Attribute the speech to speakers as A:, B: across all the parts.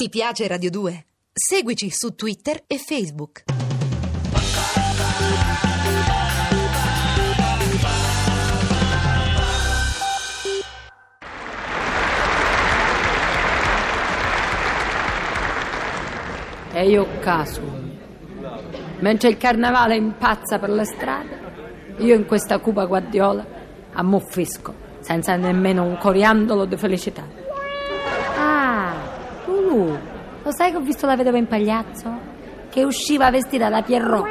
A: Ti piace Radio 2? Seguici su Twitter e Facebook.
B: E io caso. Mentre il carnevale impazza per le strade, io in questa cupa guardiola ammuffisco, senza nemmeno un coriandolo di felicità. Ah, Lulu, lo sai che ho visto la vedova in pagliazzo? Che usciva vestita da Pierrot.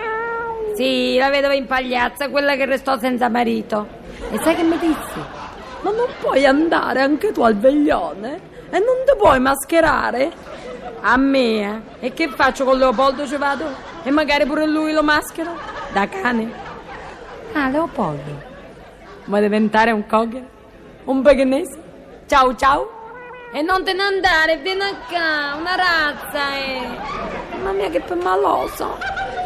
B: Sì, la vedova in pagliazzo, quella che restò senza marito. E sai che mi dissi? Ma non puoi andare anche tu al veglione? E non ti puoi mascherare? A me, eh? E che faccio con Leopoldo ci vado? E magari pure lui lo maschero? Da cane? Ah, Leopoldo. Vuoi diventare un cocker? Un pechinese? Ciao ciao? E non te ne andare, vieni qua, una razza, eh! Mamma mia che maloso!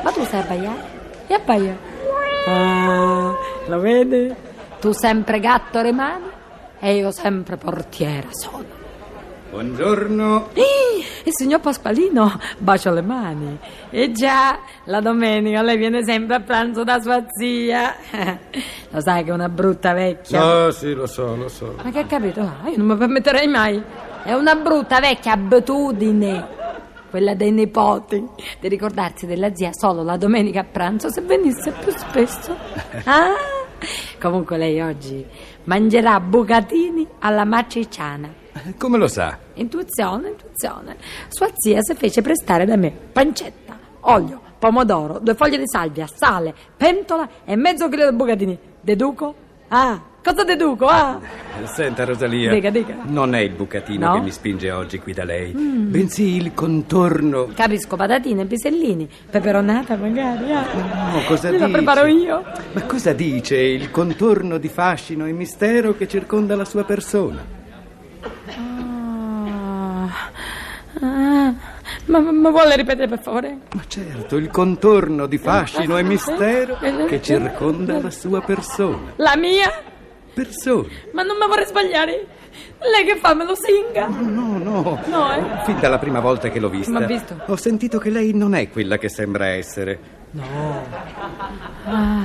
B: Ma tu sai abbaiare? E abbaia? Ah, lo vedi? Tu sempre gatto rimani e io sempre portiera sono.
C: Buongiorno.
B: Ehi, Il signor Pasqualino bacia le mani. E già, la domenica lei viene sempre a pranzo da sua zia. Lo sai che è una brutta vecchia.
C: No, sì, lo so, lo so.
B: Ma che ha capito? Ah, io non mi permetterei mai. È una brutta vecchia abitudine. Quella dei nipoti, di ricordarsi della zia solo la domenica a pranzo se venisse più spesso. Ah, comunque lei oggi mangerà bucatini alla macicciana.
C: Come lo sa?
B: Intuizione, intuizione. Sua zia si fece prestare da me pancetta, olio, pomodoro, due foglie di salvia, sale, pentola e mezzo chilo di bucatini. Deduco? Ah, cosa deduco? Ah!
C: Senta, Rosalia.
B: Dica, dica.
C: Non è il bucatino
B: No? Mm.
C: che mi spinge oggi qui da lei, bensì il contorno.
B: Capisco, patatine, pisellini, peperonata magari. Ah.
C: No, cosa
B: Me la
C: dice?
B: preparo io.
C: Ma cosa dice il contorno di fascino e mistero che circonda la sua persona?
B: Ah. Ah. Ma, ma- ma vuole ripetere per favore?
C: Ma certo, il contorno di fascino e mistero che circonda la sua persona.
B: La mia?
C: Persona.
B: Ma non mi vorrei sbagliare. Lei che fa, me lo singa?
C: No, no.
B: No, eh?
C: Fin dalla prima volta che l'ho vista,
B: M'ha visto?
C: ho sentito che lei non è quella che sembra essere.
B: Ah,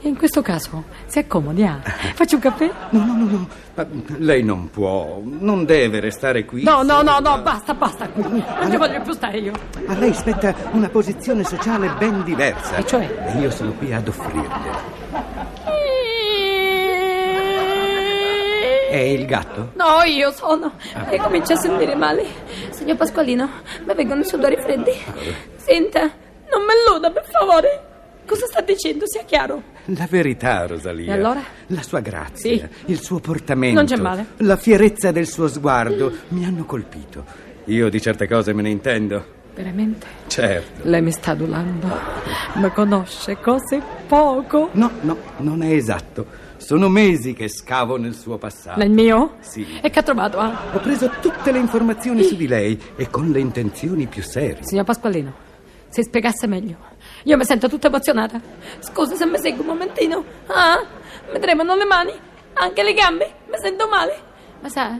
B: in questo caso si accomodi, ah. Faccio un caffè?
C: No, no, no, no. Ma lei non può, non deve restare qui.
B: No, no, no, no, basta, basta qui. Non ci voglio più stare io.
C: A lei spetta una posizione sociale ben diversa.
B: E cioè?
C: E io sono qui ad offrirgliela. È il gatto?
B: No, io sono. E comincio a sentire male. Signor Pasqualino, mi vengono i sudori freddi. Senta, non me illuda, per favore. Cosa sta dicendo? Sia chiaro.
C: La verità, Rosalia.
B: E allora?
C: La sua grazia,
B: Sì.
C: il suo portamento.
B: Non c'è male.
C: La fierezza del suo sguardo mi hanno colpito. Io di certe cose me ne intendo.
B: Veramente?
C: Certo.
B: Lei mi sta adulando. Mi conosce così poco.
C: No, no, non è esatto. Sono mesi che scavo nel suo passato.
B: Nel mio?
C: Sì.
B: E che ha trovato? Ah?
C: Ho preso tutte le informazioni su di lei e con le intenzioni più serie.
B: Signor Pasqualino, se spiegasse meglio. Io mi sento tutta emozionata. Scusa se mi segue un momentino. Ah, mi tremano le mani, anche le gambe, mi sento male. Ma sa,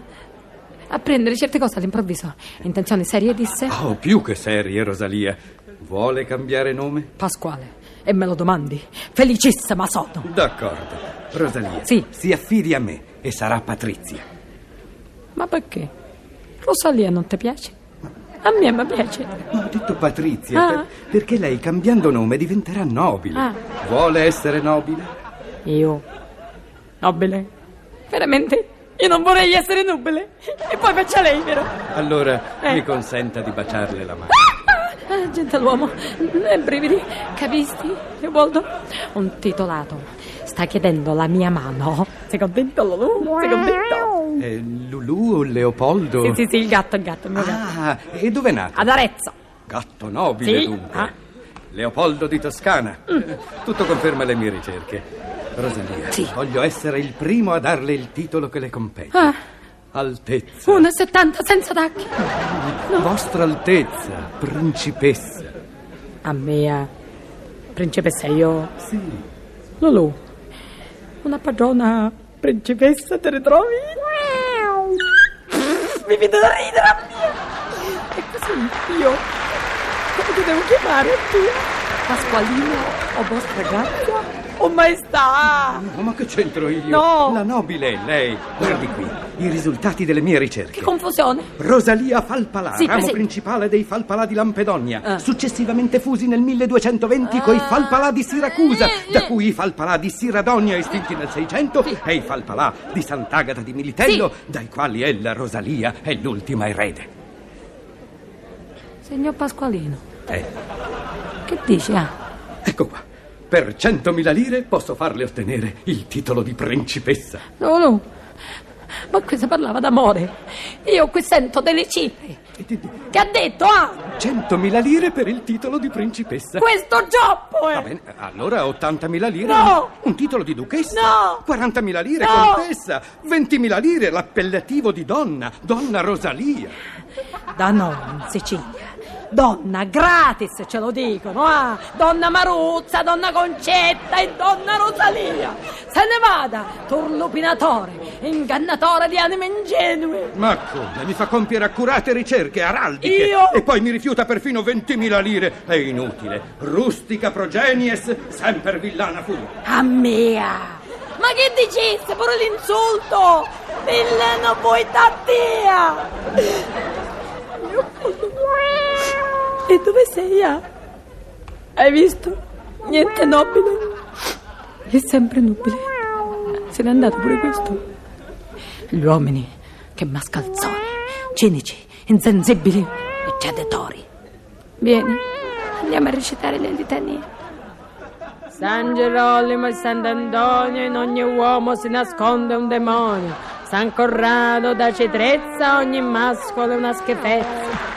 B: apprendere certe cose all'improvviso. Intenzioni serie disse
C: Oh, più che serie, Rosalia. Vuole cambiare nome?
B: Pasquale. E me lo domandi. Felicissima sono.
C: D'accordo. Rosalia,
B: Sì.
C: si affidi a me e sarà Patrizia.
B: Ma perché? Rosalia non ti piace? A me mi piace.
C: Ma Ho detto Patrizia per-
B: Ah.
C: perché lei cambiando nome diventerà nobile.
B: Ah.
C: Vuole essere nobile?
B: Io? Nobile? Veramente? Io non vorrei essere nubile. E poi faccia lei, vero?
C: Allora
B: Eh.
C: mi consenta di baciarle la mano.
B: Ah, Gentiluomo, eh, brividi, capisti, Leopoldo? Un titolato sta chiedendo la mia mano. Sei convinto, Lulu? Sei convinto?
C: Eh, Lulu o Leopoldo?
B: Sì, sì, sì, il gatto, il gatto, il mio gatto.
C: Ah, e dov'è nato?
B: Ad Arezzo.
C: Gatto nobile,
B: Sì.
C: dunque.
B: Ah. Mm.
C: Leopoldo di Toscana. Tutto conferma le mie ricerche. Rosalia,
B: Sì.
C: voglio essere il primo a darle il titolo che le compete.
B: Ah,
C: Altezza.
B: 1,70 senza tacchi.
C: Vostra Altezza, principessa.
B: A mia, principessa, io.
C: Sì.
B: Lulu, una padrona principessa te ne trovi? Mi vedo da ridere a mia. E cosa Io? Come ti devo chiamare tu? Pasqualino o vostra grazia o Oh, maestà?
C: No, ma che c'entro io?
B: No.
C: La nobile, lei. Guardi qui, i risultati delle mie ricerche.
B: Che confusione!
C: Rosalia Falpalà,
B: Sì,
C: ramo
B: sì.
C: principale dei Falpalà di Lampedonia,
B: Ah.
C: successivamente fusi nel 1220 coi Falpalà di Siracusa,
B: Eh,
C: da
B: eh.
C: cui i Falpalà di Siradonia estinti nel 600 e i Falpalà di Sant'Agata di Militello, dai quali ella Rosalia è l'ultima erede.
B: Signor Pasqualino,
C: Eh,
B: che dici? Ah,
C: ecco qua. Per 100.000 lire posso farle ottenere il titolo di principessa.
B: no, no. Ma qui si parlava d'amore. Io qui sento delle cifre.
C: E ti dico,
B: Che ha detto, ah,
C: 100.000 lire per il titolo di principessa.
B: questo gioppo, eh!
C: Va bene, allora 80.000 lire.
B: No!
C: Un titolo di duchessa.
B: No!
C: 40.000 lire,
B: No!
C: contessa. 20.000 lire, l'appellativo di donna, donna Rosalia.
B: Da noi in Sicilia. Donna gratis, ce lo dicono, ah! Donna Maruzza, donna Concetta e donna Rosalia! Se ne vada, turlupinatore, ingannatore di anime ingenue!
C: Ma come? Mi fa compiere accurate ricerche araldiche.
B: Io?
C: E poi mi rifiuta perfino 20.000 lire. È inutile. Rustica progenies, sempre villana fu.
B: A mia! Ma che dicesse pure l'insulto? Villano poetatia! E dove sei, ah? Hai visto? Niente nobile. È sempre nobile. Se n'è andato pure questo. Gli uomini, che mascalzoni, cinici, insensibili e cedetori. Vieni, andiamo a recitare le litanie. San Gerolimo e Sant'Antonio, in ogni uomo si nasconde un demonio. San Corrado da cetrezza, ogni mascolo è una schifezza.